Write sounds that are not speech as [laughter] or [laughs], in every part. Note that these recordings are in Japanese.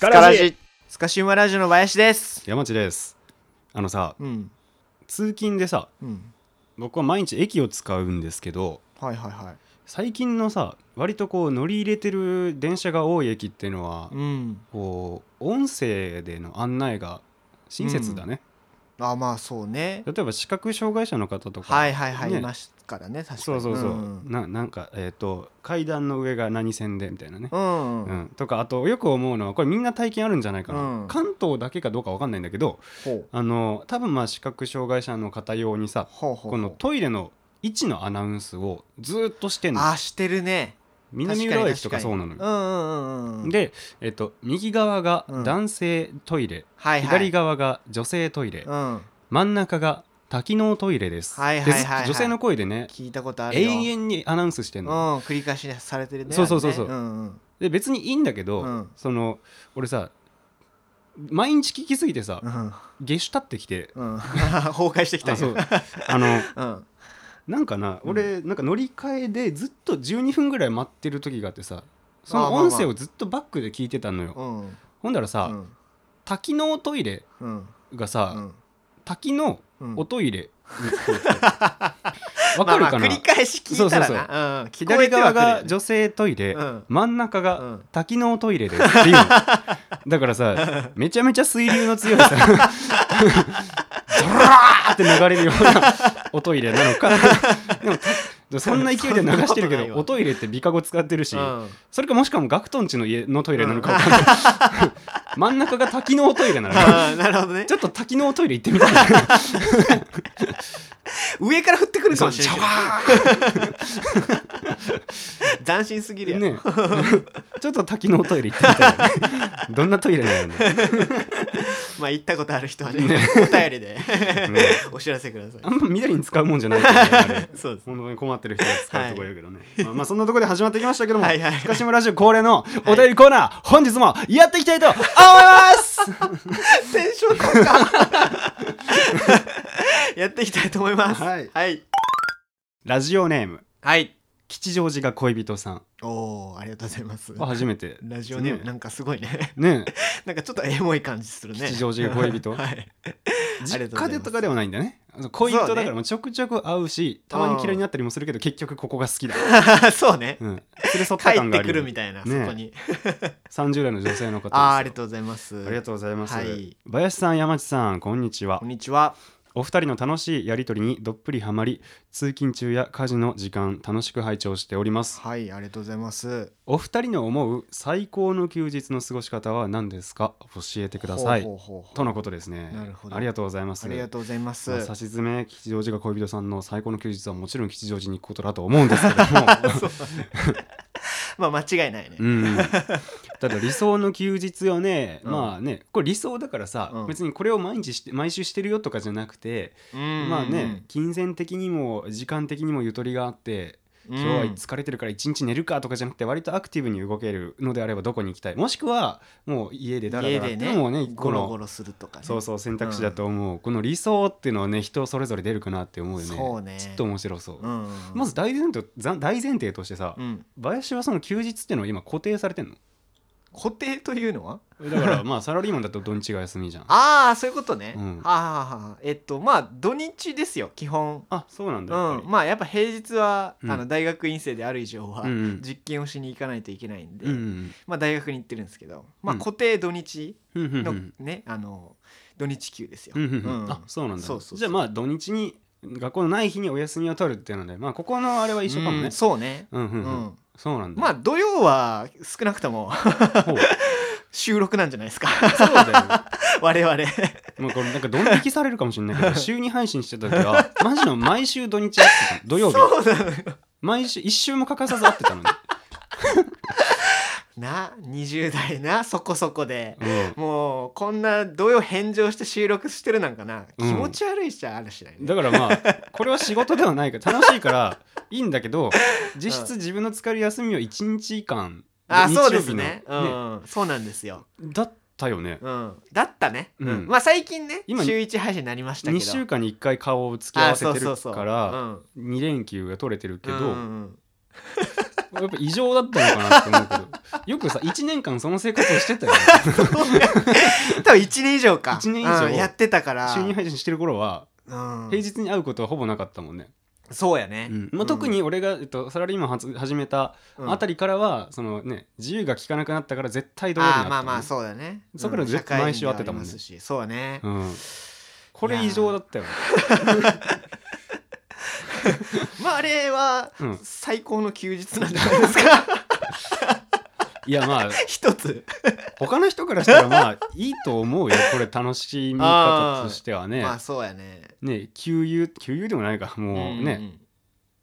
カガララジジスカシウマラジオの林です山地ですあのさうん通勤でさうん僕は毎日駅を使うんですけどはいはいはい最近のさ割とこう乗り入れてる電車が多い駅っていうのは、うんこう音声での案内が親切だね、あまあそうね例えば視覚障害者の方とかはいはいはい、ねいますからね確かにそうそうそう、んななんかえっ、と階段の上が何線でみたいなね、うん、うん、とかあとよく思うのはこれみんな体験あるんじゃないかな、うん関東だけかどうかわかんないんだけどほうあの多分まあ視覚障害者の方用にさほうほうほうこのトイレの位置のアナウンスをずーっとしてんのあしてるね南確か浦に駅とか確そうになのうよ、んうんうんうんで、えっと右側がうん男性トイレ、はいはい左側が女性トイレ、うん真ん中が多機能トイレです、はいはいはいはいでずっと女性の声でね聞いたことある永よ遠にアナウンスしてんうんの、繰り返しされてるねそうそうそうそうあれねんうんで別にいいんだけど、うんその俺さ毎日聞きすぎてさ、うん下手立ってきて、うん [laughs] 崩壊してきたあよそうあの [laughs] うんなんかな、うん俺なんか乗り換えでずっと12分ぐらい待ってる時があってさそあのまあまあ音声をずっとバックで聞いてたのよ、うんほんだらさ、うん多機能トイレうんがさ、うん多機能うんおトイレに聞こえてわかるかな、まあまあ繰り返し聞いたらそうそうなうん聞こえ左て側はくるよがね女性トイレ、うん真ん中うがん多機能トイレですっていうのだからさめちゃめちゃ水流の強いさドラーって流れるようなおトイレなのかでもたそんな勢いで流してるけそんなことないどわおトイレって美化語使ってるし、うんそれかもしかもガクトンチの家のトイレなのかわかんない、真ん中が多機能トイレなのかあーなるほどねちょっと多機能トイレ行ってみたいな上から降ってくるかそもうしシれャないワー斬新すぎるやん、ねちょっと滝のトイレ行ってみたいなどんなトイレなのねまあ行ったことある人はねねお便りでうんお知らせくださいあんま緑に使うもんじゃないからねあれそうです本当に困ってる人が使うところやけどね、まあ、まあそんなところで始まってきましたけどもはいはいスカシムラジオ恒例のお便りコーナー、本日もやっていきたいと思います、 [laughs] テンション高 [laughs] いやっていきたいと思いますはいはい、ラジオネームはい、吉祥寺が恋人さんおーありがとうございますは初めてラジオネームなねんかすごいね [laughs] ねなんかちょっとエモい感じするね吉祥寺が恋人はいあり [laughs] 実がとうござ家いますでとかではないんだね恋人だからもうちょくちょく会うしたまに嫌いになったりもするけど結局ここが好きだ、 [laughs] そうねうん、連れ添っ帰た感っがてあるくよるねみたいな、ねそこに30代の女性の方ですあーありがとうございますありがとうございます、はい林さん山地さんこんにちはこんにちはお二人の楽しいやりとりにどっぷりハマり通勤中や家事の時間楽しく拝聴しておりますはいありがとうございますお二人の思う最高の休日の過ごし方は何ですか教えてくださいほうほうほうほうとのことですねなるほどありがとうございますありがとうございますまあ差し詰め吉祥寺が恋人さんの最高の休日はもちろん吉祥寺に行くことだと思うんですけども [laughs] そうまあ間違いないね。うん、ただ理想の休日よね、うんまあねこれ理想だからさ、うん別にこれを毎日して毎週してるよとかじゃなくて、まあね金銭的にも時間的にもゆとりがあってうん、今日は疲れてるから一日寝るかとかじゃなくて割とアクティブに動けるのであればどこに行きたいもしくはもう家でだらだ家らっでてのねもね一個ゴロゴのロするとか、ね。そうそう選択肢だと思う、この理想っていうのはね人それぞれ出るかなって思うよねそうねちょっと面白そう、うんうんうんまず大前提ざ大前提としてさ、うん、林はその休日っていうのは今固定されてんの固定というのはだ [laughs] からまあサラリーマンだと土日が休みじゃんあああそういうことね。うんはあはあはあえっとまあ土日ですよ基本。そうなんうんだやっぱりまあやっぱ平日は、うんあの大学院生である以上は、うんうん実験をしに行かないといけないんで、うんうんまあ大学に行ってるんですけど、まあうん固定土日うんうんうんのね、あの土日休ですよ。うんうんうんうんあそうなんだそうそうそうじゃあまあ土日に学校のない日にお休みを取るっていうのでまあここのあれは一緒かもうねんそうね。うんううんうんん、そうなんだまあ土曜は少なくとも [laughs] あそう収録なんじゃないですか [laughs] そうだよね我々もうこれなんかドン引きされるかもしれないけど [laughs] 週に配信してた時はマジの毎週土日会ってたの土曜日そうなのよ毎週一週も欠かさず会ってたのにな20代なそこそこでうんもうこんな土曜返上して収録してるなんかな、うん気持ち悪いしちゃあるしないねだからまあこれは仕事ではないから楽しいからいいんだけど実質自分の使える休みを1日間あ日そうで曜す日のねうん、そうなんですよ、ねだったよねうん、だったね、うんうんまあ最近ね今週1配信になりましたけど2週間に1回顔を付き合わせてあそうるそうそうかうらん2連休が取れてるけうんう [laughs] どんうんやっぱ異常だったのかなって思うけどよく [laughs] さ1年間その生活をしてたよね多分1年以上か一年以上うんやってたから収入配信してる頃はうん平日に会うことはほぼなかったもんね、そうやね、うんまあ、特に俺が、えっと、サラリーマンはつ始めたあたりからは、そのね自由が利かなくなったから絶対土曜日に会ああったまあもんまあねそうだねそっからうんずっと社会人毎週会ってたもんねでありますしそうだね、うん、これ異常だったよねまああれはうん最高の休日なんじゃないです [laughs] かいやまあ一つ、他の人からしたら [laughs] まあいいと思うよこれ楽しみ方としてはねまあそうやねね給油給油でもないかもうね、んん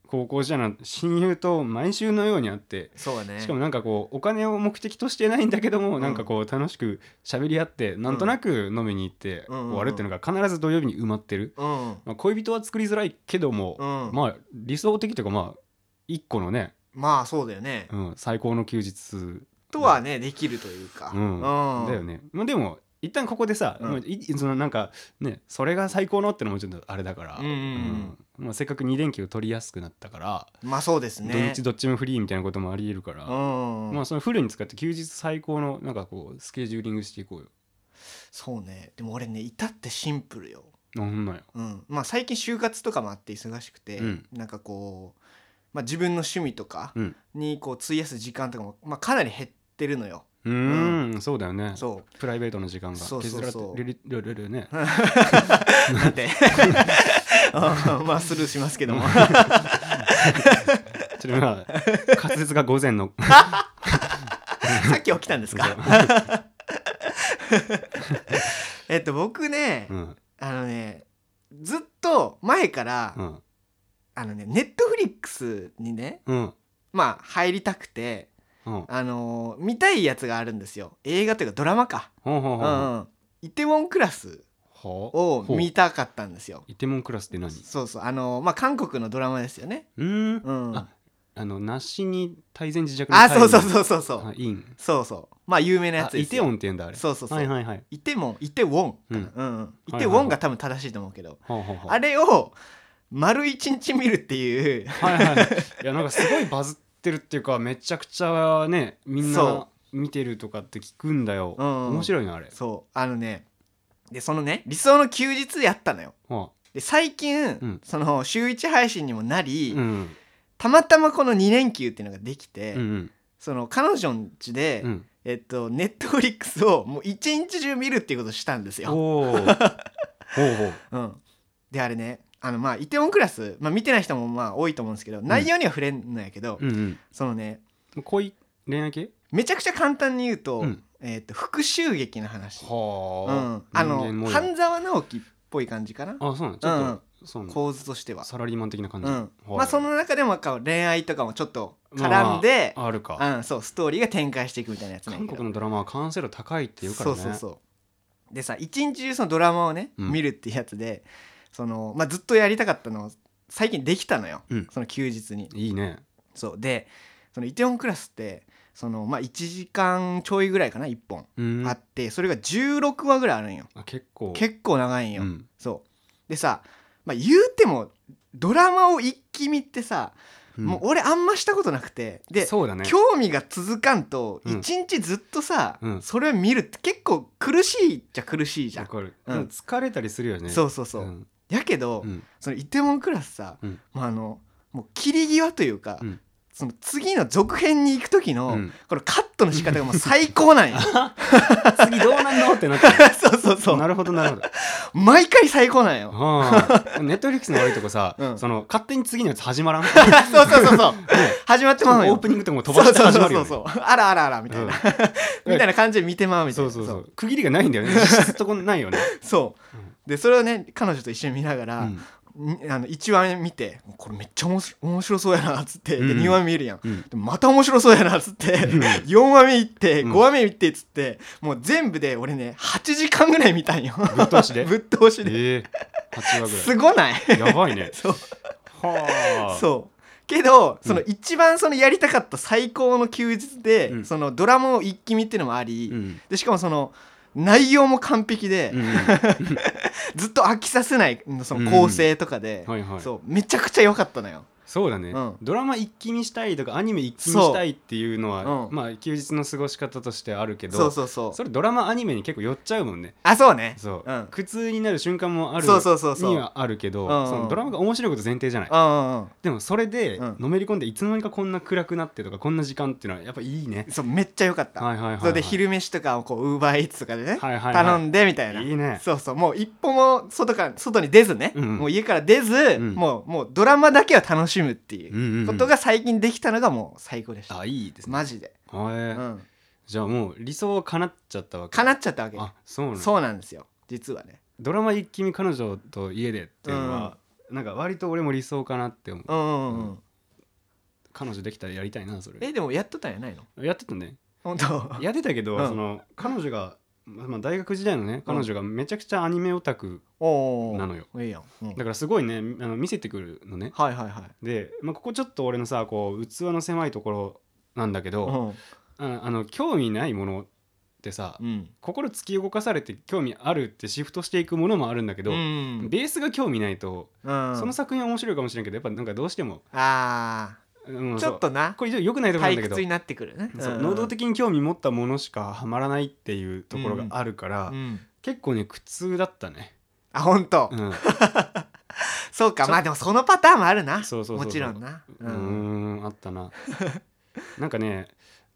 高校時代の親友と毎週のように会ってそうやねしかもなんかこうお金を目的としてないんだけども、うんなんかこう楽しく喋り合ってなんとなく飲みに行ってうんうんうん終わるっていうのが必ず土曜日に埋まってる、うんまあ、恋人は作りづらいけども、うんままあ理想的というかまあ一個のね、あそうだよね、うん、最高の休日とはねできるというか、うんだよねね、まあ、でも一旦ここでさ、うんまあいそのなんかねそれが最高のってのもちょっとあれだから、うんうんうんまあ、せっかく2連休取りやすくなったから、まあそうですね土日どっちもフリーみたいなこともありえるから、うん、まあそのフルに使って休日最高のなんかこうスケジューリングしていこうよ。そうねでも俺ね至ってシンプルよ、あほんまや。うん、まあ最近就活とかもあって忙しくて、うんなんかこう、まあ、自分の趣味とかうん。にこう費やす時間とかも、まあ、かなり減ってるのようーん、そうだよね。そプライベートの時間がそうそ削うらそうれるれるれるね。うなんてうん [laughs] まあスルーしますけ [laughs] どもちょっと [laughs] まあ滑舌が午前の。さっき起きたんですか [laughs] えっと僕ね、うんあのねずっと前から、うんあのねネットフリックスにねうんまあ入りたくてうん。あのー見たいやつがあるんですよ映画というかドラマか、ほうほうほううんほう。イテウォンクラスほう。を見たかったんですよイテモンクラスって何？うそうそうあのーまあ韓国のドラマですよねーん。うんああの梨に大前自弱あそうそううそうそうそういいん。そうそうまあ有名なやあつでイすテオよンって言うんだあれ。そうそうそう、はいはいはい。イテモンイテウォンかな、うんうんイテウォンが多分正しいと思うけど、ほうほうほう。あれを丸一日見るっていうはいはいはい。いやなんかすごいバズってるっていうかめちゃくちゃねみんなそ見てるとかって聞くんだよ。うん面白いなあれ。そうあのねでそのね理想の休日やったのよはで最近、んその週1配信にもなあり、うんたまたまこの2連休っていうのができて、うんその彼女ん家で、うん。えっとネットフリックスをもう一日中見るっていうことをしたんですおよ。お。ほうほう。うん、であれねあのまあイテウォンクラス、まあ、見てない人もまあ多いと思うんですけど内容には触れんのやけど、うんそのねうん。恋恋愛系？めちゃくちゃ簡単に言うと,、うんえっと復讐劇の話、うはん、あ人間の模様半沢直樹っぽい感じかなあそうなの。ちょっとそうなの。構図としては。サラリーマン的な感じ。うんはいまあ、その中でもなんか恋愛とかもちょっと絡んで、あるか。うん、そうストーリーが展開していくみたいなやつなんや韓けど国のドラマは完成度高いっていうからね。そうそうそうでさ一日中そのドラマをね、うん見るってやつでその、まあ、ずっとやりたかったのを最近できたのよ、うんその休日にいいね。そうでそのイテウォンクラスってその、まあ、1時間ちょいぐらいかな1本うん。ああってそれが16話ぐらいあるんよ結構。結構長いんよ、うん。そうでさ、まあ、言うてもドラマを一気見ってさ、うんもう俺あんましたことなくてでそうだね。興味が続かんとうん一日ずっとさ、うんそれを見るって結構苦しいっちゃ苦しいじゃわん、かる。うんうん疲れたりするよね。そうそうそう、んやけど、うん。そのイテモンクラスさ、うんもうあのもう切り際というか、うんその次の続編に行く時の、うんこのカットの仕方がもう最高なんや次どうなんのってなってる [laughs] そうそう [laughs] そなうるほど [laughs] なるほど毎回最高なんよネットフリックスの悪いとこさ、うんその勝手に次のやつ始まらんそうそうそ [laughs] うそう始まってまうよオープニングとかも飛ばして始まるよ、ね、そうそうそうそうあらあらあらみたいな、 [laughs] みたいな感じで見てまうみたいそなうそうそう区切りがないんだよね実質とこない [laughs] よね、そううんでそれをね彼女と一緒に見ながら、うんんあの1話目見てこれめっちゃ面白面白そうやなっつってでうんうん2話目見るやん、 [laughs] うんでまた面白そうやなっつってうん4話目行ってうん5話目行ってっつってもう全部で俺ね8時間ぐらい見たんよぶっ通しで [laughs] ぶっ通しでええ8話ぐすごないらいやばいね [laughs] そうはあそうけどそのう一番そのやりたかった最高の休日で、うんそのドラマを一気見っていうのもあり、うんでしかもその内容も完璧で、 [laughs] うんうんずっと飽きさせないその構成とかで、はいはいそうめちゃくちゃ良かったのよそうだね、うんドラマ一気にしたいとかアニメ一気にしたいっていうのそうは、うんまあ休日の過ごし方としてあるけどそうそうそうそれドラマアニメに結構寄っちゃうもんねあそうねそう、うん苦痛になる瞬間もあるそうそうそうそうにはあるけど、うんうんそのドラマが面白いこと前提じゃない、うんうんでもそれでうんのめり込んでいつの間にかこんな暗くなってとかこんな時間っていうのはやっぱいいねうん、そうめっちゃ良かった、はいはいはいはいそれで昼飯とかをこうウーバーイーツとかでね、はいはいはい頼んでみたいないいねそうそうもう一歩も外から外に出ずね、うんうんもう家から出ず、んもうもうドラマだけを楽しむっていんうんううんことが最近できたのがもう最高でした、あいいですね、マジで、はういん、じゃあもう理想は叶っちゃったわけ叶っちゃったわけあそうなのそうなんですよ実はねドラマ一気に彼女と家でっていうのは、なんか割と俺も理想かなって思ううんうんうん、うん、彼女できたらやりたいなそれえでもやっとったんやないのやってたね本当やってたけど、うんその彼女が、ままあ、大学時代のね彼女がめちゃくちゃアニメオタク [laughs] おおなのよいいやん、うんだからすごいねあの見せてくるのねはいはいはいで、まあ、ここちょっと俺のさこう器の狭いところなんだけうど、んああの興味ないものってさ、うん心突き動かされて興味あるってシフトしていくものもあるんだけど、うんベースが興味ないと、うんその作品は面白いかもしれんけどやっぱなんかどうしても、あうんーちそうょっとなこれ以上良くないところなんだ退けど屈になってくるねそううん能動的に興味持ったものしかはまらないっていうところがあるから、うん結構ね苦痛だったね、あ本当、うん、そうかちょまあでもそのパターンもあるなそうそうそうそうもちろんな、うーんあったななんかね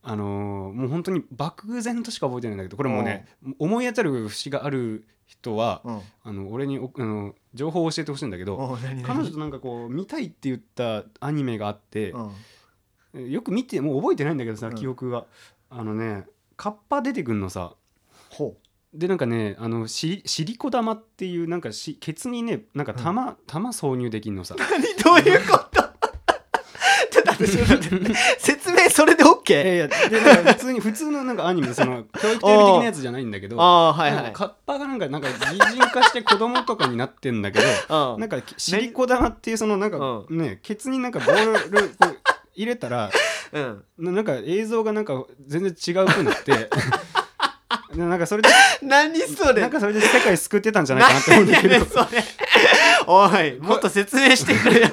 あのーもう本当に漠然としか覚えてないんだけどこれもうね思い当たる節がある人はうんあの俺におあの情報を教えてほしいんだけどお何彼女々となんかこう見たいって言ったアニメがあってうんよく見てもう覚えてないんだけどさうん記憶があのねカッパ出てくんのさほでなんかねあのしシリコ玉っていうなんかしケツにねなんか玉、玉挿入できんのさう何どういうこと [laughs] ちょっと待ってちょっと待って説明それで OK? いやいやでなんか普通に普 [laughs] 通のなんかアニメでその教育テレビ的なやつじゃないんだけどああーはいはなんいかカッパがなんかなんか擬人化して子供とかになってんだけどうんなんかシリコ玉っていうそのなんかうねケツになんかボールをこう入れたらうんななんか映像がなんか全然違うくなって [laughs] でなんかそれで何それなんかそれで世界救ってたんじゃないかなって思うんだけ何やねどんそれおいもっと説明してくれよ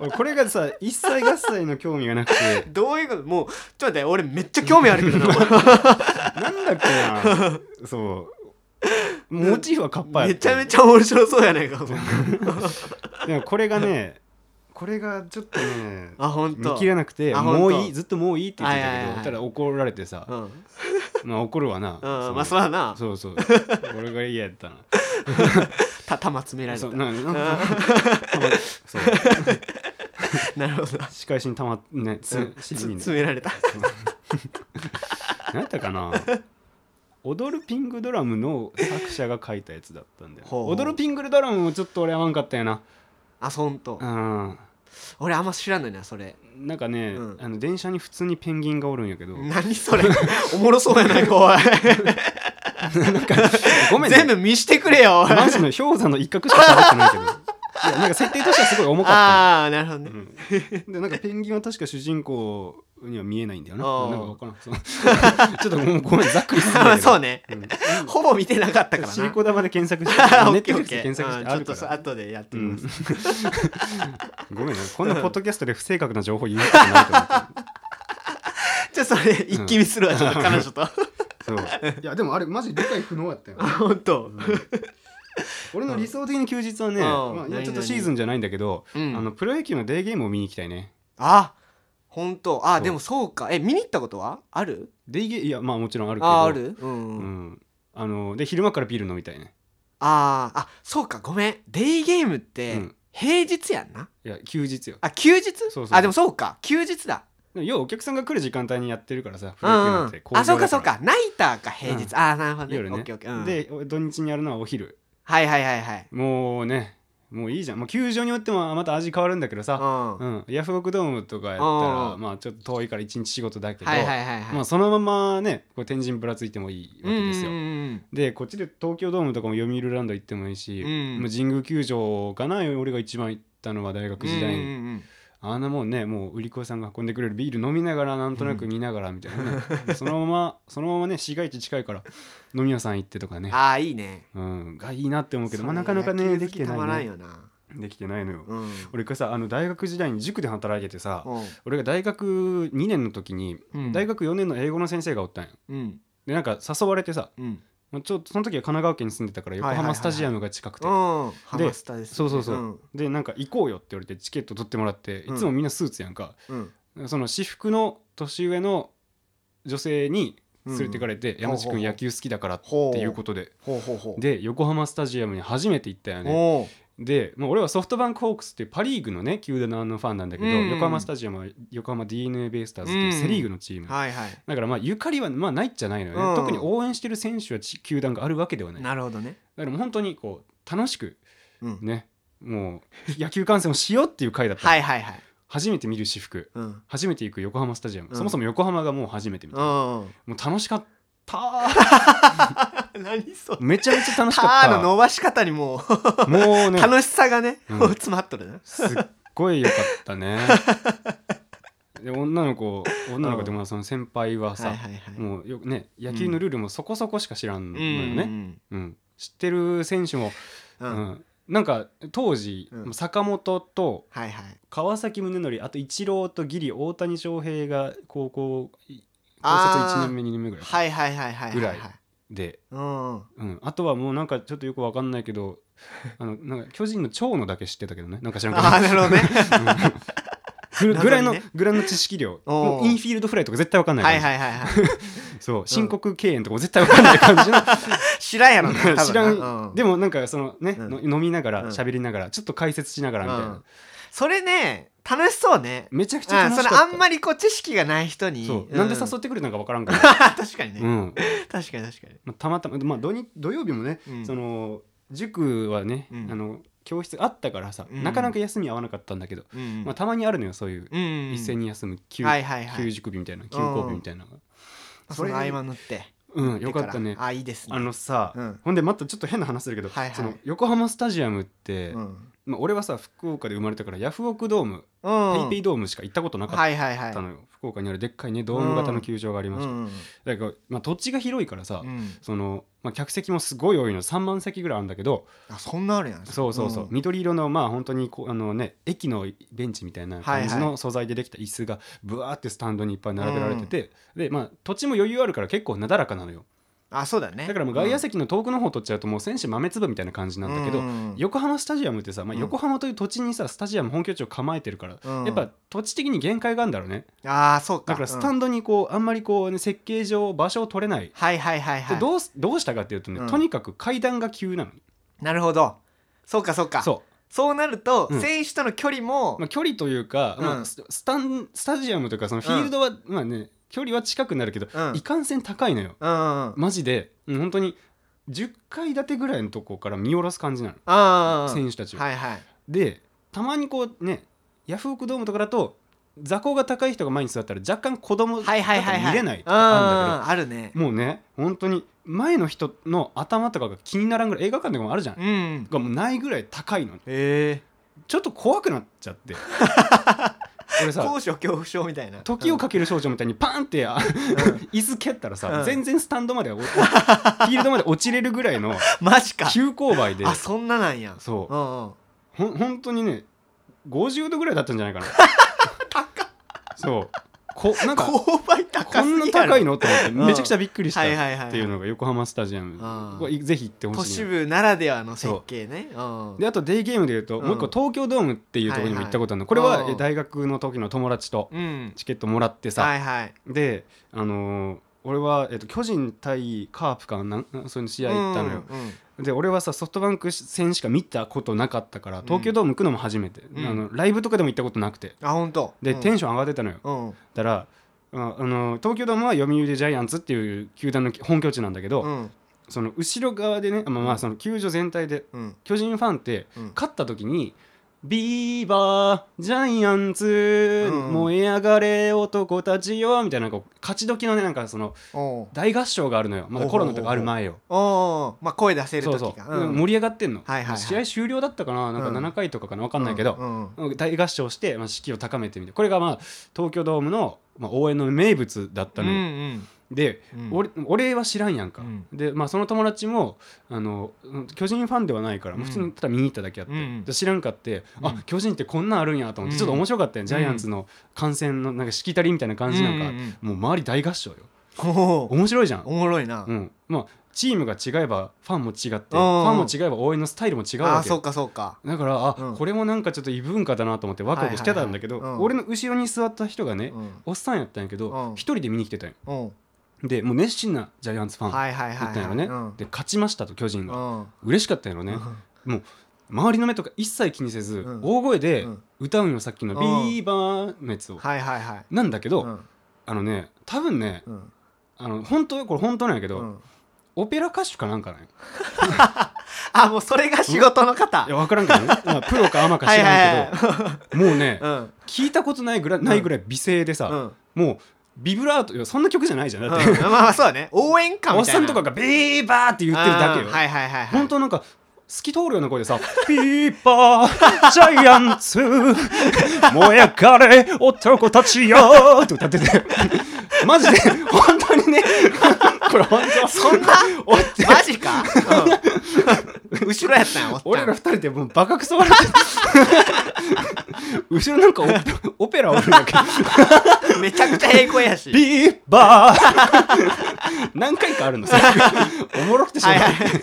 俺これがさ一切合切の興味がなくて [laughs] どういうこともうちょっと待って俺めっちゃ興味あるけど [laughs] ななんだっけなそうモチーフはカッパやめちゃめちちゃ面白そうやないかお前ゃでもこれがね [laughs] これがちょっとねあ本見当。切れなくてあもうほんいいとずっともういいって言ってたはいけはいど、はいただ怒られてさう、んうんまあ怒るわな、のまあそらなそうそう俺が嫌やったた玉詰めなられたそうななんあか [laughs] そうなるほど仕返しにたま [laughs] ねつ、うんしつにね詰められたそう何やったかな踊るピングドラムの作者が書いたやつだったんだよほうほう踊るピングドラムもちょっと俺合わんかったよなあそんとうん俺あんま知らんのよなそれなんかね、うんあの電車に普通にペンギンがおるんやけど、何それおもろそうやないかおいなんか [laughs] ごめん、ね、全部見してくれよおいマジの氷山の一角しか喋ってないけどいやなんか設定としてはすごい重かっああなるほどねた、うんでなんかペンギンは確か主人公には見えないんだよなあーなんか分からんその [laughs] ちょっともうごめんざっくりするんまだあけど [laughs] そうねんほぼ見てなかったからシなリコ玉で検索しあて [laughs] オネッットケーフオリックスッケでー検索してああーるちかょっとら後でやってうみまんす、ごめんねこんなポッドキャストで不正確な情報言うことないと思ってじゃあそれ一気見するわちょっと [laughs] 彼女とそう [laughs] いやでもあれマジ理解不能やったよあ本当俺の理想的な休日はね、うんまあ、今何ちょっとシーズンじゃないんだけど、うんあのプロ野球のデーゲームを見に行きたいねあ本当あそうでもそうかえ見に行ったことはあるデーゲーいやまあもちろんあるけどああるうんううん、ん、あので昼間からビール飲みたいねあーあそうかごめんデイゲームっうてん平日やんな、いや休日よあ休日そうそうあでもそうか休日だでも要はお客さんが来る時間帯にやってるからさプうロ野球ん、うなんんて、工業あだらそうかそうかナイターか平日、うんああなるほどね夜オねッケーオッケー、うん、で土日にやるのはお昼はいはいはいはいもうねもういいじゃん、まあ、球場によってもまた味変わるんだけどさ、うんうんヤフオクドームとかやったら、うんまあちょっと遠いから一日仕事だけど、はいはいはいはい、まあ、そのままねこう天神ぶらついてもいいわけですよ、うんうんでこっちで東京ドームとかも読売ランド行ってもいいし、うんもう神宮球場かな俺が一番行ったのは大う学ん時代に、うんうんうんあんなもんねもう売り子さんが運んでくれるビール飲みながらなんとなく見ながらみたいなね、 [laughs] そのままそのままね市街地近いから飲み屋さん行ってとかね、ああいいねうん、がいいなって思うけど、まあ、それなかなかね野球で好きてたまならいんねよなできてないのよ、うん俺がさあの大学時代に塾で働いててさ、うん俺が大学2年の時にうん大学4年の英語の先生がおったんようんでなんか誘われてさうんちょっとその時は神奈川県に住んでたから横はいはいは浜いはいスタジアムが近くて、うんハマスタですねそうそうそう、んでなんか行こうよって言われてチケット取ってもらっていうんつもみんなスーツやんか、うんその私服の年上の女性に連れてかれて、山地ほうほう君ほう野球好きだからっほうていうことで、ほうほうほうで横浜スタジアムに初めて行ったよねおうで、まあ、俺はソフトバンクホークスっていうパ・リーグのね球団のファンなんだけど、うん横浜スタジアムは横浜 d n a ベイスターズっていうセ・リーグのチーム、はいはいだからまあゆかりはまあないっちゃないのよね、うん特に応援してる選手はち球団があるわけではないだかなるほどねらもう本当にこう楽しくうんねもう野球観戦をしようっていう回だった、はいはいはい初めて見る私服うん初めて行く横浜スタジアム、うんそもそも横浜がもう初めてみたいな、うんもう楽しかった [laughs] 何それめちゃめちゃ楽しタかーっの伸ばし方にもたもううね楽しさがねうんもう詰まっとるなすっごい良かったねで女の子女の子でもその先輩はさ、はいはいはいもうよね野球のルールもそこそこしか知らんのうんよね、うんうん、知ってる選手も、ううんうんんなんか当時、うん坂本とはいはい川崎宗則あとイチローとギリ大谷翔平が高校い高あ卒ー1年目2年目ぐらいはいはいはいはいぐはらはいで、うんうんうん、あとはもうなんかちょっとよくわかんないけ [laughs] どあのなんか巨人の長野だけ知ってたけどね [laughs] なんか知らんけどああなるほどねぐぐらいの、謎にねぐらいの知識量おーもうインフィールドフライとか絶対わかんない感はいじ、はいはいはいそう申告敬遠とかも絶対わかんない感じの知らんやろな多分な [laughs] 知らん、うでもなんかそのね、うんの飲みながらうん喋りながらちょっと解説しながらみたいな、うんそれね楽しそうねめちゃくちゃあ楽そしかれったあんまりこう知識がない人にそう、うんなんで誘ってくれたのかわからんから、 [laughs] 確かにね、うん確かに確かまあ、たまたま、まあ、土日土曜日もね、に、うんその塾はね、うんあの教室あったからさ、うんなかなか休み合わなかったんだけど、うんうんまあ、たまにあるのよそういう、うんうん一斉に休む休,、はいはいはい休塾日みたいな休校日みたいなのが、それ合間塗ってうんよかったねらあいいですねあのさ、うんほんでまたちょっと変な話するけど、はいはいその横浜スタジアムって、うんまあ、俺はさ福岡で生まれたからヤフオクドーム、うんペイペイドームしか行ったことなかはいはいはっいたのよ、福岡にあるでっかいねドーム型の球場がありました、うんだから、まあ、土地が広いからさ、うんそのまあ、客席もすごい多いの3万席ぐらいあるんだけどあそんなあるやんそうそうそう、ん緑色のまあ本当にこうあのね駅のベンチみたいな感じはいはの素材でできた椅子がぶわーってスタンドにいっぱい並べられてて、でまあ土地も余裕あるから結構なだらかなのよあそうだねだからもう外野席の遠くの方取っちゃうともう選手豆粒みたいな感じなんだけど、うん横浜スタジアムってさ、まあ、うん横浜という土地にさスタジアム本拠地を構えてるから、うんやっぱ土地的に限界があるんだろうねああそうかだからスタうんンドにこうあんまりこう、ね、設計上場所を取れないはいはいはいではどうすどうしたかっていうとね、うんとにかく階段が急なのいなるほどそうかそうかそそうなるとうん選手との距離もう、まあ、距離というか、うんまあ、ススタンスタジアムというかそのフィールドは、まあね、距離は近くなるけど、うんいかんせん高いのようんうんマジでうん本当に10階建てぐらいのとこから見下ろす感じなの、ああ選手たちを、はいはいでたまにこうねヤフオクドームとかだと座高が高い人が前に座ったら若干子供だはいとはいはいはい見れないとうかあるんだんあるねけどもうね本当に前の人の頭とかが気にならんぐらい映画館とかもあるじゃん、うんがもうないぐらい高いのへえちょっと怖くなっちゃって [laughs] 俺さ高所恐怖症みたいな時をかける少女みたいにパーンってあうん椅子蹴ったらさ、うん全然スタンドま [laughs] でおフィールドまで落ちれるぐらいのマジか急勾配であそんななんやそううんうんほん本当にね50度ぐらいだったんじゃない [laughs] かなそうこなんか勾配高すこぎんやなろ高いのと思ってうんめちゃくちゃびっくりしたはいはいはいっていうのが横浜スタジアムあーこれぜひ行ってほ都しい市な部ならではの設計ねうんであとデイゲームでいうと、うんもう一個東京ドームっていうところにも行ったことあるの、これはいはいはうんえ大学の時の友達とうんチケットもらってさ、はいはいであのー俺は、えっと巨人対カープかなんなんそういう試合行ったのよ、うんうんで俺はさソフトバンク戦しか見たことなかったから東京ドーム行くのも初めて、うんあのライブとかでも行ったことなくてあ本当で、うんテンション上がってたのようんだからああの東京ドームは読売ジャイアンツっていう球団の本拠地なんだけど、うんその後ろ側でね、まあ、まあその球場全体でうん巨人ファンってうん勝った時に「ビーバージャイアンツ、うん燃え上がれ男たちよ」みたいなこう勝ち時のねなんかそのおう大合唱があるのよまだコロナとかある前よ。おうまあ声出せるそう時そう、がうん盛り上がってんの、はいはいはい試合終了だったかななんうんか7回とかかな分かんないけど、うんうん大合唱して、まあ、士気を高めてみてこれがまあ東京ドームの、まあ、応援の名物だったうんのよ、うんで、うん俺俺は知らんやんか、うんで、まあ、その友達もあの巨人ファンではないから、うん普通にただ見に行っただけあって、うんで知らんかって、うあん巨人ってこんなんあるんやと思って、うんちょっと面白かったやんジャイアンツの観戦のなんかしきたりみたいな感じなんか、うんうんもう周り大合唱ようんおー面白いじゃん、おもろいな、うんまあ、チームが違えばファンも違ってフうんァンも違えば応援のスタイルも違うあわあけそようかそうかだからあ、うんこれもなんかちょっと異文化だなと思ってワクワクしてたんだけど、はいはいはいうん俺の後ろに座った人がね、うんおっさんやったんやけどうん一、人で見に来てたんようんでもう熱心なジャイアンツファンはいはいはいだっはいたんやろね、うんで勝ちましたと巨人うが、ん嬉しかったんやろね、周りの目とか一切気にせず、うん大声でうん歌うんよさっきのう「んビーバーのやつを、はいはいはいなんだけど、うんあのね多分ねうんあの本当よこれ本当なんやけど、うんオペラ歌手かなんかなんよあもうそれが仕事の方いや分からんけどね、 [laughs] まあ、プロかアマかはい知はらんいけど、はもうねいうん聞いたことないぐらいないぐらい美声でうさ、んもうビブラートいやそんな曲じゃないじゃんだって、うんまあまあそうだね応援歌 [laughs] おっみたさいなんとかがビーバーって言ってるだけよ、あーはいはいはいはい本当なんか透き通るような声でさ「ピーパージャイアンツ燃えかれ男たちよ」って歌っててマジで本当にねこれ本当そんなマジか、うん後ろやったんやおっちゃん俺ら二人でもうバカくそ笑ってて後ろなんかオペラおるだけめちゃくちゃええ声やしビーバー何回かあるのさおもろくてしょうはがいない、はい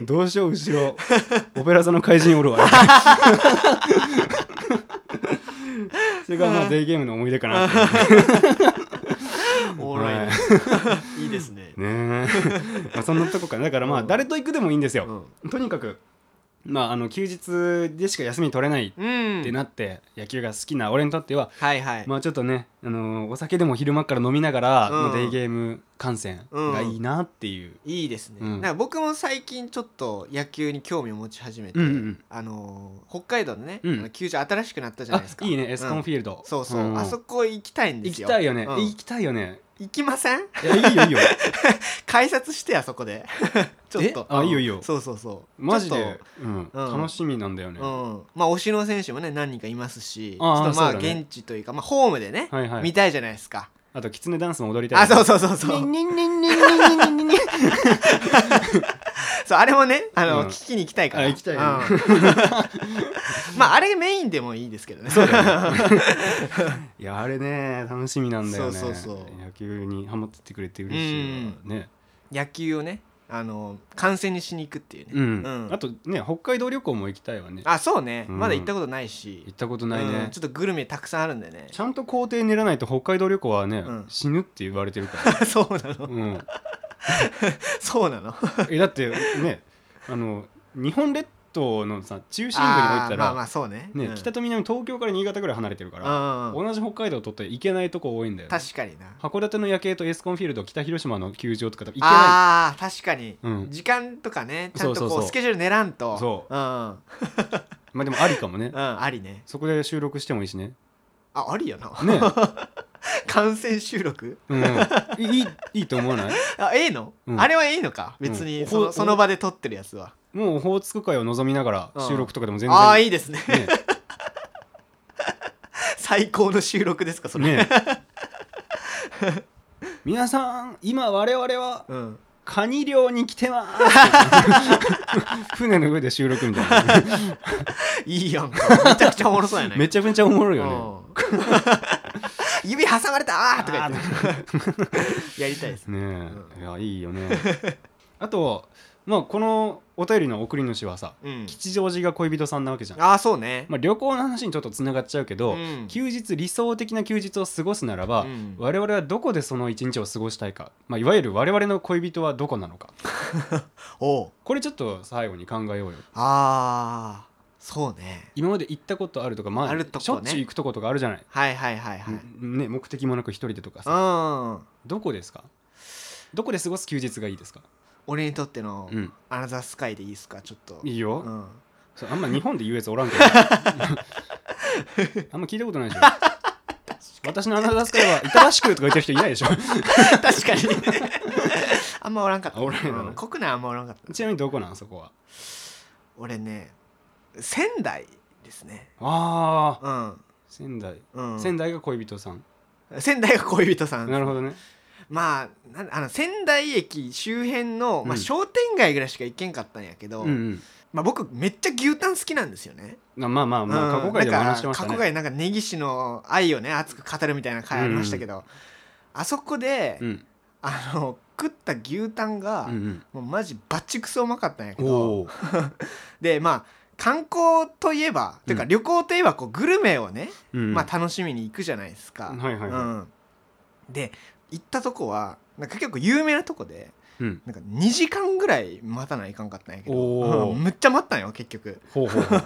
[laughs] どうしよう後ろオペラ座の怪人おるわ [laughs] それがまあデイゲームの思い出かなっておもろいはねいいですねねえまあそんなとこかなだからまあうん誰と行くでもいいんですよ、とにかくまああの休日でしか休み取れないっうんてなって、野球が好きな俺にとってははいはい、まあちょっとね、あのーお酒でも昼間から飲みながらうんのデイゲーム観戦がいいなっていう、いいですね、うんなんか僕も最近ちょっと野球に興味を持ち始めて、うんうんうんあのー北海道のね、うんあの球場新しくなったじゃなあいですかいいねエスコンうんフィールド、そうそう、んあそこ行きたいんで行すきよたいよね、うん行きたいよね行きませんいやいいよいいよ改札してあそ [laughs] こでちょっとえあいいよいいよそうそうそうマジちょっでと、うんうん楽しみなんだよね、うん、まあ推しの選手もね何人かいますしちあーょっとまあそうだね現地というか、まあ、ホームでね、はいはい見たいじゃないですかあとキツネダンスも踊りたいあそうそそうそうそうにんにんにんにんにんに [laughs] んにんそうあれもねあの、うん聞きに行きたいからあ行きたいねうん [laughs] まああれメインでもいいですけどねそういやあれね楽しみなんだよねそうそうそう野球にハマってってくれて嬉しいわね野球をねあの観戦にしに行くっていうね、うん、うんあとね北海道旅行も行きたいわねあそうね、うんまだ行ったことないし行ったことないね、うんちょっとグルメたくさんあるんでねちゃんと工程練らないと北海道旅行はね、うん死ぬって言われてるから、 [laughs] そうなのうん、そうなのえだってねあの日本列島のさ中心部にあ置いーたまあまら、あそうねねうん北と南東京から新潟ぐらい離れてるから、うん同じ北海道を取って行けないとこ多いんだよ、ね、確かにな函館の夜景とエスコンフィールド北広島の球場とか多分行けなあー確かに、うん時間とかねちゃんそとうそこううそうスケジュール練らんとそううん、うん、いまあでもありかもねありねそこで収録してもいいしねあありよな [laughs] ね、観戦収録うん、いいいいいと思わないあええの、うんあれはええのか別に、うんそほのその場で撮ってるやつはもうオホーツク海を望みながら収録とかでも全然ああいいですねね [laughs] 最高の収録ですかそれ、ね皆さん今我々はうん、カニ漁に来てます [laughs] 船の上で収録みたいな、いいやんかめちゃくちゃおもろそうやね [laughs] めちゃめちゃおもろいよね、うん [laughs] 指挟まれたあーとか言って [laughs] やりたいですねねえ、いやいいよねあとまあこのお便りの送り主はさうん吉祥寺が恋人さんなわけじゃん、ああそうね、まあ、旅行の話にちょっとつながっちゃうけど、うん休日理想的な休日を過ごすならば、うん我々はどこでその一日を過ごしたいか、まあ、いわゆる我々の恋人はどこなのかおうこれちょっと最後に考えようよああそうね今まで行ったことあるとか、まあ、あるとこねしょっちゅう行くとことかあるじゃない、はいはいはいはい、ね、目的もなく一人でとかさうんどこですかどこで過ごす休日がいいですか俺にとってのうんアナザースカイでいいですかちょっといいよ、 [laughs] うんそうあんま日本で言うやつおらんけど [laughs] あんま聞いたことないでしょ私のアナザースカイは板橋区とか言ってる人いないでしょ [laughs] 確かに [laughs] あんまおらんかったあおらんよなうん国内あんまおらんかったちなみにどこなんそこは俺ね仙台ですねああうん、仙台、うん、仙台が恋人さん、仙台が恋人さんなるほどねまあなんあの仙台駅周辺の、まうあ、ん商店街ぐらいしか行けんかったんやけど、うんまあ、僕めっちゃ牛タン好きなんですよね。うんあまあまあまあ過去うん回でも話してましなんたか過去ね回なんか根岸の愛をね熱く語るみたいな回ありましたけど、あそこで、うんあの食った牛タンが、うんもうマジバチクソうまかったんやけうんどおおでまあ観光といえばというかうん旅行といえばこうグルメをね、ままあ、楽しみに行くじゃないですか。はいはいはうん、で行ったとこはなんか結構有名なとこでいうんなんか2時間ぐらい待たないかんかったんやけど、おーうんむっちゃ待ったんよ結局ほうほうほう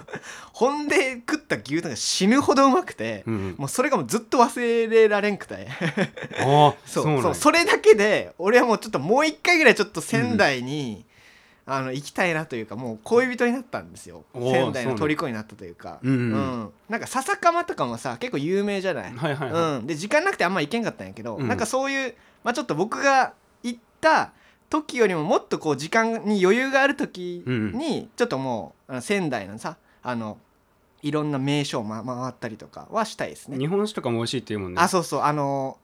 ほんで食った牛タンが死ぬほどうまくて、うんうん [laughs] もうそれがもうずっと忘れられん [laughs] くてああそそううそうなんそやれだけで俺はもうちょっともう一回ぐらいちょっと仙台に、あの行きたいなというかもう恋人になったんですよおー仙台そうなのん虜になったというかうんうんうんなんか笹かまとかもさ結構有名じゃない、はいはいはうん、で時間なくてあんま行けんかったんやけど、うんなんかそういう、まあ、ちょっと僕が行った時よりももっとこう時間に余裕がある時にちょっともうあの仙台のさあのいろんな名所を、ま、回ったりとかはしたいですいね。日本酒とかも美味しいっていうもんねあそうそうあの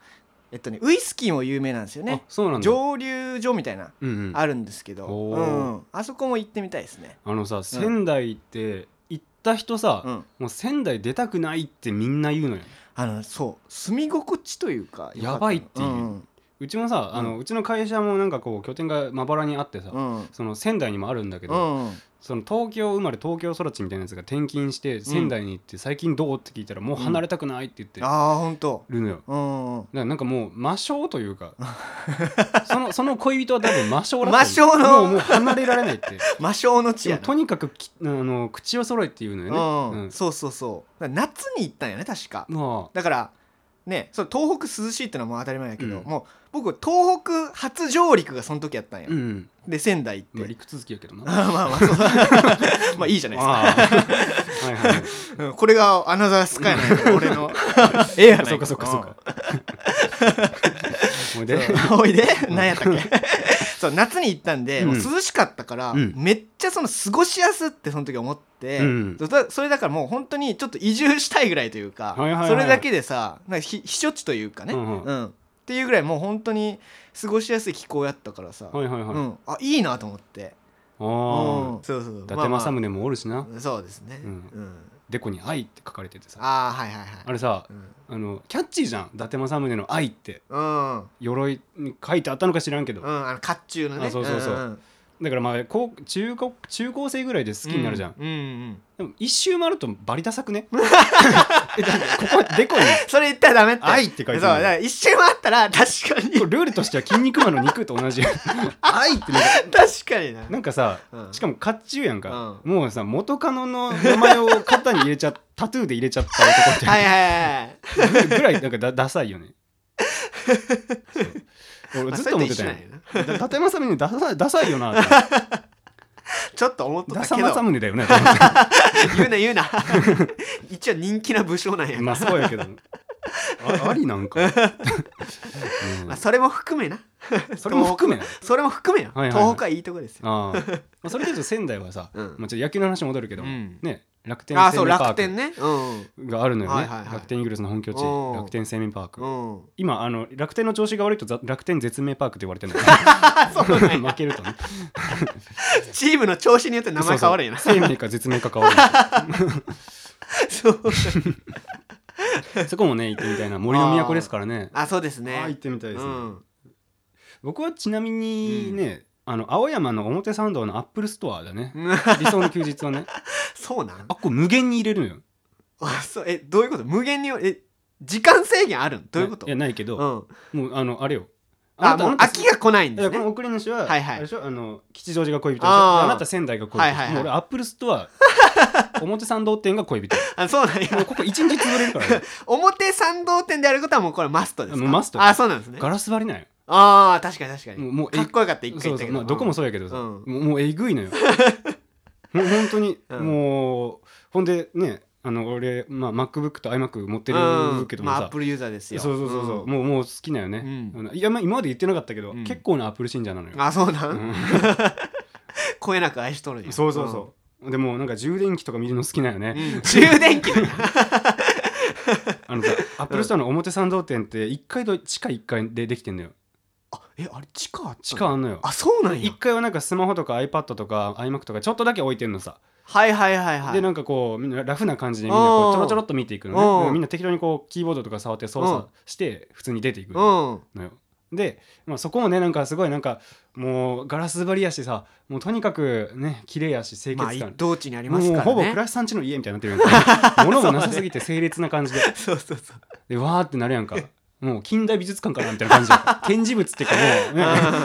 えっとねウイスキーも有名なんですよねあそうなんだ蒸留所みたいなうんうんあるんですけど、おうーん、あそこも行ってみたいですね。あのさ仙台って行った人さうん、もう仙台出たくないってみんな言うのよあのそう住み心地というか良かたやばいっていううんうちもさあのうちの会社もなんかこう拠点がまばらにあってさうんその仙台にもあるんだけうどん、その東京生まれ東京育ちみたいなやつが転勤して仙台に行って最近どうって聞いたらもう離れたくないって言ってああほんとるのようんだからなんかもう魔性というかそ [laughs] のその恋人は多分魔性だった魔性のもうもう離れられないって魔性の地でやもなとにかくきあの口を揃えって言うのうよねんうんそうそうそうだから夏に行ったんよね確かまだからねそう東北涼しいってのはもう当たり前やけど、うんもう僕東北初上陸がその時やったんあよ、うんで仙台まあ行って、陸続きやけどなあ [laughs] まあまあまあそうまあいいじゃないですかあはいはいはいうんこれがアナザースカイなんやけど俺 [laughs] のええやないそうかそうかそうか [laughs] おいでうんおいで何 [laughs] やったっけそう夏に行ったんで、うんもう涼しかったから、うんめっちゃその過ごしやすってその時思って、うんそそれだからもう本当にちょっと移住したいぐらいというか、はいはいはいそれだけでさなんかひ避暑地というかね、ううんんうんっていうぐらいもう本当に過ごしやすい気候やったからさ、はいはいはい、うあん、あいいなと思って、あうんそうそうそう伊達政ま宗もおるしなあまあそうですね、ううんん「でこに愛」って書かれててさあああはいはいはいれさうんあのキャッチーじゃん伊達政宗の「愛」ってうん、鎧に書いてあったのか知らんけど、うん、あの甲冑のねあそうそうそうんんだからまあ高中高中高生ぐらいで好きになるじゃん、うんうんうんでも一周回るとバリダサく [laughs] ねえだってここでこにそれ言ったらダメって。愛って書いてあるそう、だから一瞬あったら、確かにこ。れルールとしては筋肉マンの肉と同じ愛ってなんか [laughs] 確かにな。なんかさ、うんしかも甲冑やんか、もうさ元カノの名前を肩に入れちゃタトゥーで入れちゃった男ってはいはいはい。ぐらいなんかだダサいよね。そう俺ずっと思ってたよ、まあそれとだ伊達政宗ダサダサいよ [laughs] なってちょっと思っとっダたサけど政。宗だよね言うな言う [laughs] な。一応人気な武将なんや。まあそうやけどあありなん [laughs] か、まあそれも含めな。うんそれも含めなそれも含めよ。はいはいはい東北はいいとこですよ。あー、まあ、それで言うと仙台はさ、うんまあ、ちょっと野球の話戻るけど、うんね楽天ああ、生そう、命パ楽ー天ね。うん。クがあるのよね、はいはいはい楽天イーグルスの本拠地おー楽天生命パーク、うん。今あの楽天の調子が悪いとざ楽天絶命パークって言われてるんだあ、 [laughs] そうなけんやど [laughs] 負けるとねチームの調子によって名前変わるんやな。 [laughs] そうそう生命か絶命か変わるんですよそう。そこも [laughs] ね行ってみたいな森の都ですからね。あ、そうですあー行っね。てみたいでうすね。ん。僕はちなみにね、あの青山の表参道のアップルストアだね。理想の休日 [laughs] はね、そうなんあこれ無限に入れるのよ。あそうえ、どういうこと無限に、え、時間制限あるんどういうこといやないけうど、ん。もうあのあれよ。あ、なたもうなた秋が来ないんだでからすこねの。送り主は、はいはいあれでしょあの吉祥寺が恋人でしょあーあなた仙台が恋人、はいはいはいもう俺アップルスト [laughs] ア表参道店が恋人あ、そうなんもうや。ここ一日潰れる [laughs] からね表参道店でやることはもうこれマストですか。もうマストですあ、そうなんですね。ガラス張りなんよああ、確かに確かに。もうもうえかっこよかった一回そ言うったそうけど。まあどこもそそうやけどさ、うんもうもうえぐいの [laughs] よもう本当に、うんもうほんでねあの俺、まあ、MacBook と iMac 持ってうるんけどもまあさ、アップルユーザーですそうよ。そうそうそう、うんもうもう好きなよね、うんあのいや、まあ、今まで言ってなかったけど、うん結構なアップル信者なのよ、あ、そうなうんん。こえなく愛しとるんや。 [laughs] そうそうそう、でもなんか充電器とか見るの好きなよね、うん。 [laughs] うん充電器なんやあのさアップルストアの表参道店って1階と地下1階でできてんのよあえあれ地下あったの地下あんのよあそうなんや一回はなんかスマホとか iPad とか iMac とかちょっとだけ置いてんのさ、はいはいはいはいでなんかこうみんなラフな感じでみんなこうんうちょろちょろっと見ていくのうねんでもみんな適当にこうキーボードとか触って操うん作して普通に出ていくうのんよで、まあ、そこもねなんかすごいなんかもうガラス張りやしさもうとにかくね綺麗やし清まあ潔一感、等地にありまもすうからねほぼ倉石さん家の家みたいになってる [laughs] やんか物もなさすぎて清烈な感じでそうそうそうでわーってなるやんかもう近代美術館かなみたいな感じ [laughs] や展示物っていうかもう、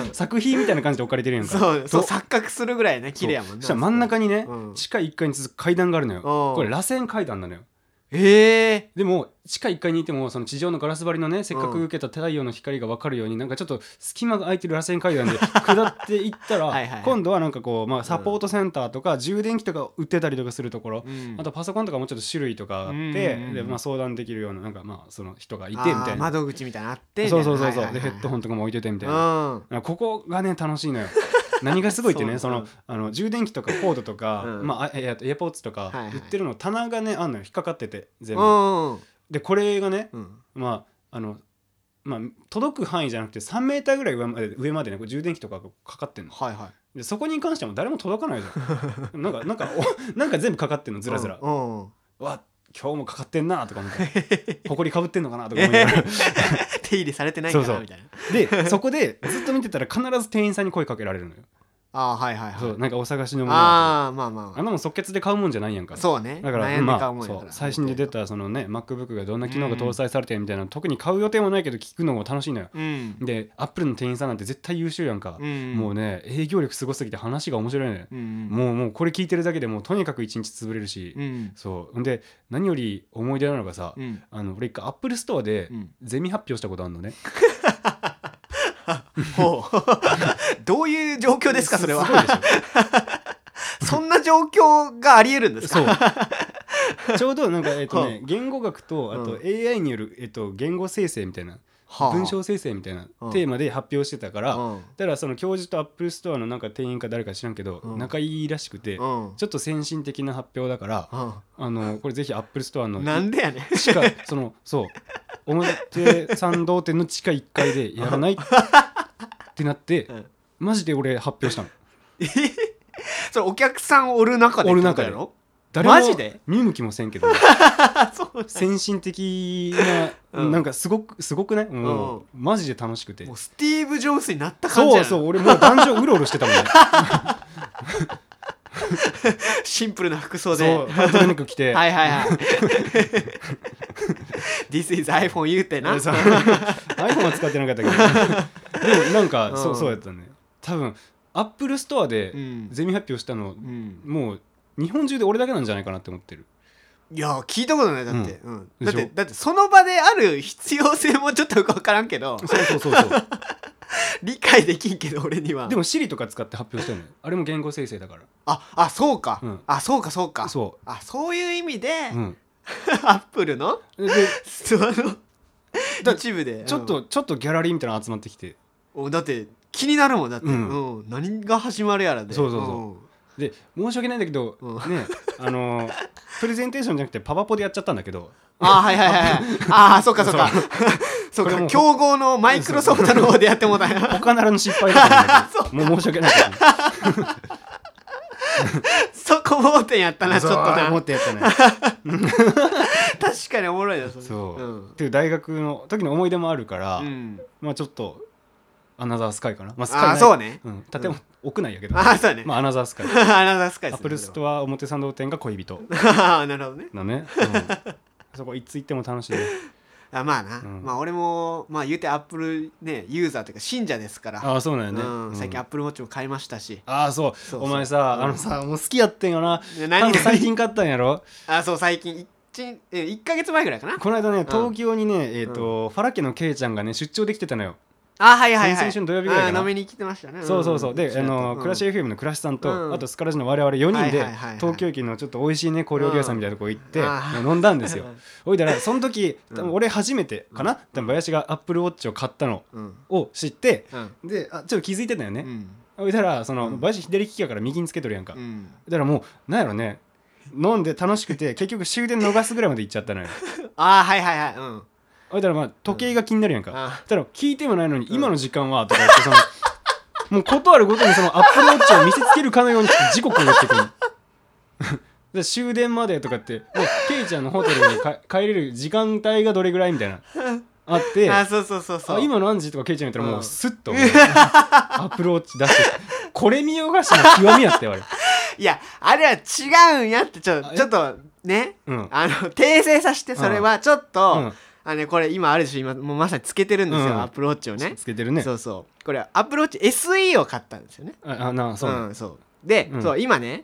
ねうん作品みたいな感じで置かれてるやんかそうそうと錯覚するぐらいね綺麗やもんそねうしたら真ん中にね、うん地下1階に続く階段があるのようんこれ螺旋階段なのよええでも地下1階にいてもその地上のガラス張りのねせっかく受けた太陽の光が分かるようになんかちょっと隙間が空いてる螺旋階段で [laughs] 下っていったらはいはいはい今度はなんかこう、まあ、サポートセンターとか充電器とか売ってたりとかするところ、あとパソコンとかもちょっと種類とかあって、うんうんうんでまあ、相談できるようななんかまあその人がいてみあたいなー窓口みたいなのあってそうそうそうそう、でヘッドホンンとかも置いててみたいな、うんここがね楽しいのよ [laughs] 何がすごいってねそそうなののあの充電器とかコードとか、うんまあ、ええっとエアポーツとかはいはい売ってるの棚がねあんのよ引っかかってて全部、うんでこれがねうんまああのまあ届く範囲じゃなくて3メーターぐらい上まで上までねこう充電器とかがかかってんのはいはいでそこに関しても誰も届かないじゃん [laughs] なんかなんかおなんか全部かかってんのずらずら、うんうん [laughs] っわ今日もかかってんなとか思ってほこりかぶってんのかなとか思いながら手入れされてないかそうそらうみたいなでそこでずっと見てたら必ず店員さんに声かけられるのよあーはいはいはいそうなんかお探しのものあああまあまあまんなもん即決で買うもんじゃないやんかあそうねだから悩んで買うまもあんやそかうら最新で出たそのね MacBook がどんな機能が搭載されてるみたいなの特に買う予定もないけど聞くのも楽しいのようんで Apple の店員さんなんて絶対優秀やんか、うんもうね営業力すごすぎて話が面白いのよ、うんもうもうこれ聞いてるだけでもうとにかく一日潰れるし、うんそうほんで何より思い出なのがさ、うんあの俺一回 Apple ストアでうんゼミ発表したことあるのね、ほう [laughs] どういう状況ですかそれすごいはでしょそんな状況がありえるんですか [laughs] そうちょうどなんかえっ、とね言語学とあとう AI による、えっと言語生成みたいなはあ文章生成みたいなうんテーマで発表してたから、うんだからその教授とアップルストアのなんか店員か誰か知らんけど、うん仲いいらしくて、うんちょっと先進的な発表だから、あ [laughs] のこれぜひアップルストアうのんなんでやねん地下そのそう表参道店の地下1階でやらない [laughs] ってなって、うんマジで俺発表 [laughs] したの [laughs] それお客さんおる中でおる中でってこともマジで見向きもせんけ [laughs] どやろそう先進的な、うんなんかすごくすごくないもう、うんマジで楽しくてもうスティーブ・ジョブスになった感じやそうなそう俺もう壇上うろうろしてた [laughs] もんねシンプルな服装でそうハートネック着て、はいはいはい [laughs] This is iPhone 言うてなそう iPhone は使ってなかったけ [laughs] どでもなんか、うんそうそうやったね多分アップルストアでうんゼミ発表したの、うんもう日本中で俺だけなんじゃないかなって思ってるいや聞いたことないだって、うんでだっしょてだってその場である必要性もちょっとよく分からんけどそうそうそうそう理解できんけど俺に [laughs] はでも Siri とか使って発表してるのよあれも言語生成だからああそうか、うんあそうかそうかそあそういう意味で、う、うん、 [laughs] アップルのでそのだ一部でちょっ、とちょっとギャラリーみたいなの集まってきてうんおだって気になるもんだって、ううんん何が始まるやらでそうそうそで申し訳ないんだけど、うんねあのプレゼンテーションじゃなくてパワポでやっちゃったんだけどあーはいはいはい [laughs] はいああそうかそうかそうこれもか競合のマイクロソフトの方でやってもう [laughs] たんや他ならぬ失敗だったんだけ [laughs] どもう申し訳ないけどそこ盲点やったなちょっとな思っ確てやったね [laughs] かにおもろいなそれそう、うんっていう大学の時の思い出もあるから、うん、まあちょっとアナザースカイかな、まあ、スカイあなあいそうねうん、建物、屋内やけど、ああそうね、まあ、アナザース [laughs] カイアナザースカイアですねップルストア表参道店が恋人 [laughs] ああなるほどねだね、うん、 [laughs] そこいつ行っても楽しいねあまあな、うんまあ俺もまあ言うてアップルねユーザーというか信者ですからああそうなんやね、うん、最近アあップルウォッチも買いましたしあーそうそうそうお前さ、うんあのさもう好きやってんよな多で何分が最近買ったんやろあそう最近1え一ヶ月前ぐらいかなこの間ね東京にねえっ、と、ファラ家のケイちゃんがね出張できてたのよ、あはいはいはい先々週の土曜日ぐらいかなあ飲みに来てましたねそうそうそうで、あのクラシ FM のクラシさんと、あとスカラジの我々4人で、はいはいはいはい東京駅のちょっと美味しいね小料理屋さんみたいなとこ行って、うんあー飲んだん [laughs] ですようんおいだらその時うん多分俺初めてかな、多分林がアップルウォッチを買ったのうんを知ってうんであちょっと気づいてたようね、んおいだらその、うん林左利きやから右につけとるやんか、うんだからもうなんやろね [laughs] 飲んで楽しくて結局終電逃すぐらいまで行っちゃったのよあはいはいはいうんあだからまあ時計が気になるやんか、あただ聞いてもないのに「ん今の時間は」とか言 [laughs] ってそのもう断るごとにそのアップルウォッチを見せつけるかのように時刻を言ってくる [laughs] で終電までとかってもうケイちゃんのホテルに [laughs] か帰れる時間帯がどれぐらいみたいなあって [laughs] あそうそうそうそあう今何時とかケイちゃん言ったらもううんスッと、アップルウォッチ出してこれ見よがしの極みやってよあれ [laughs] いやあれは違うんやってちょあえちょっとねうんあの訂正させてそれはちょっと、うんあのねこれ今あるでしょ今もうまさにつけてるんですよ、うんアップルウォッチをねつけてるねそうそうこれアップルウォッチ SE を買ったんですよねああなあそう、ん、そうで、うんそう今ね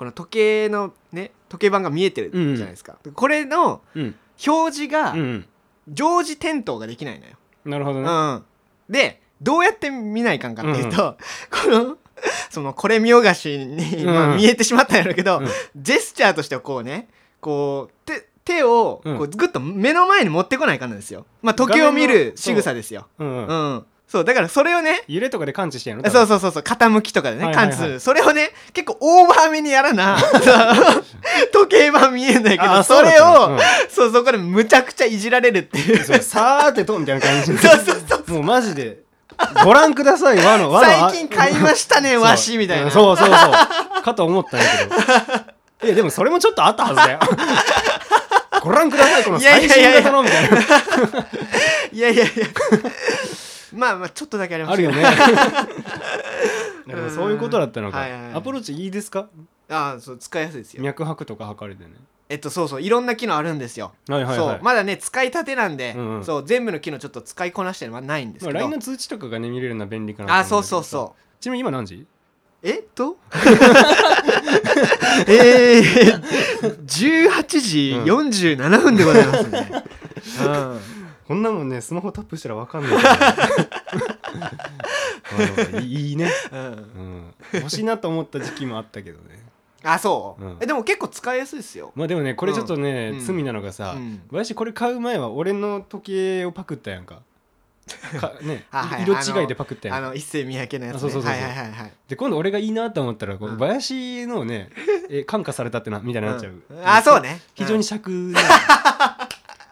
この時計のね時計盤が見えてるじゃないですか、これのうん表示がうんうん常時点灯ができないのよ、なるほどうね、んでどうやって見ないかんかっていうと、この [laughs] そのこれ見よがしに、うんまあ見えてしまったんやろうけど、うんジェスチャーとしてはこうねこう手手をうんこうグッと目の前に持ってこないかんなんですよ、まあ、時計を見画面るの仕草ですよ、うんうんうん、そうだからそれをね揺れとかで感知してんやろそう多そうそうそう傾きとかでねはいはいはい感知する、それをね結構オーバーめにやら [laughs] な時計は見えない分けあどあそうだっれたのを、そうそこでむちゃくちゃいじられるっていうう [laughs] んそうさーてとみたいな感じでそうそうそうもうマジでご覧ください和の和の [laughs] 最近買いましたねわしみたいなそうそうそうかと思ったんやけどい [laughs] やでもそれもちょっとあったはずだよ [laughs] ご覧くださいこの最新型のみたいないやいやいやまあまあちょっとだけありまあするけどよ [laughs] ねでもそういうことだったのか、はいはいはいアプローチいいですかああそう使いやすいですよ脈拍とか測れてねえっとそうそういろんな機能あるんですよはいはいはそいうまだね使いたてなんで、うんうんそう全部の機能ちょっと使いこなしてるのはないんですまあ、けど、 LINE の通知とかがね見れるのは便利かなとあ思あそうそううそんだうけどさちなみに今何時えっと [laughs] えー、18時47分でございますね。うんこんなもんねスマホタップしたらわか [laughs] んないからねうんいいね、うんうん、欲しいなと思った時期もあったけどねあそう、うんえでも結構使いやすいですよ。まあでもねこれちょっとね、うん罪なのがさ、うん私これ買う前は俺の時計をパクったやんか [laughs] か、ねあはい色違いでパクったやあんの一世三宅のやつ、ね、あそうそうそうそうはいはいはいはい。で今度俺がいいなと思ったらこう、うん林のねえ感化されたってなみたいになっちゃう、うんあそうね。非常に尺 [laughs] な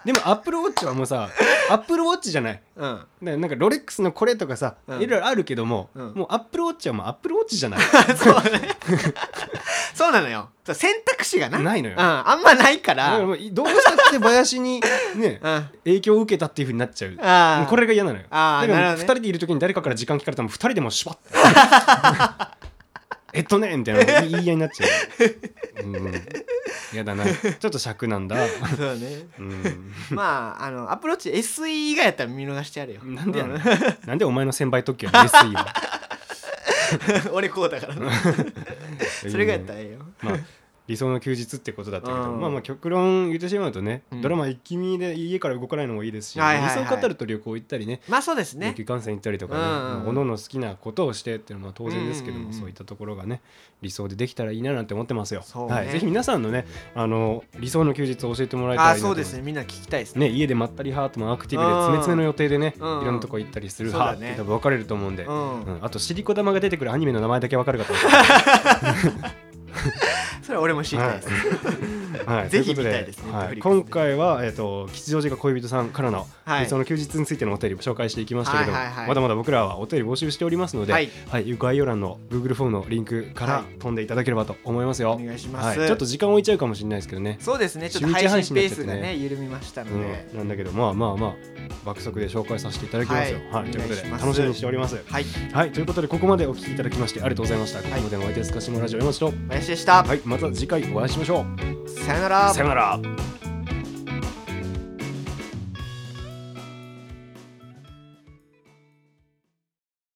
でもアップルウォッチはもうさアップルウォッチじゃないうん、うん、ねなんかロレックスのこれとかさ、うんいろいろあるけども、うんもうアップルウォッチはもうアップルウォッチじゃないそうね。そうなのよ。そう選択肢が [laughs] な。ないのようん、あんまないか。だかららうん。もうどうしたって林にねあ影響を受けたっていうふうになっちゃうあー。これが嫌なのよあーだかならるほど2ね人でいる時に誰かから時間聞かれたらもう2人でもうシュパッ [laughs] えっとねみたいな言い合いになっちゃううん嫌だなちょっと尺なんだそうね。 [laughs] うんまああのアプローチ SE 以外やったら見逃してやるよ。なんでやうねんなんでお前の先輩特許やねん SE は [laughs] 俺こうだからな [laughs] それがやったらええよまあ、理想の休日ってことだったけど、うんまあまあ極論言ってしまうとね、うんドラマ一気見で家から動かないのもいいですし、はいはいはい理想を語ると旅行行ったりねまあそうです野ね球観戦行ったりとかね、うんうんまあおのおの好きなことをしてっていうのは当然ですけども、うんうんうんそういったところがね理想でできたらいいななんて思ってますよ、そうねはい、ぜひ皆さんのねあの理想の休日を教えてもらえたらいいあなとそ思いうまですねみんな聞きたいですねね、家でまったりハートもアクティブで詰め詰めの予定でね、うんいろんなとこ行ったりするそうだハートっねて多分分かれると思うんで、うんうんあとシリコ玉が出てくるアニメの名前だけ分かるかと思いますそれは俺も知りたいですはい、ぜひとうこと見たいですねは Netflix い、で今回は、えっと吉祥寺が恋人さんからの、はいその休日についてのお便りを紹介していきましたけど、はいはいはいまだまだ僕らはお便り募集しておりますので、ははいい概要欄の Google フォームのリンクから、はい飛んでいただければと思いますよ。お願いしますはいちょっと時間置いちゃうかもしれないですけどね。そうですねちょっと週一配配信信ペにーなっちゃスってねがね緩みましたのでうん、なんだけどまあまあまあ爆速で紹介させていただきますよ。はいはい、ということお願いでします楽しみにしております。はいはい、ということでここまでお聞きいただきましてありがとうございました。ここまでのお相手ですかしもラジオ山下と、林でしたはい、また次回お会いしましょう。さよならさよなら。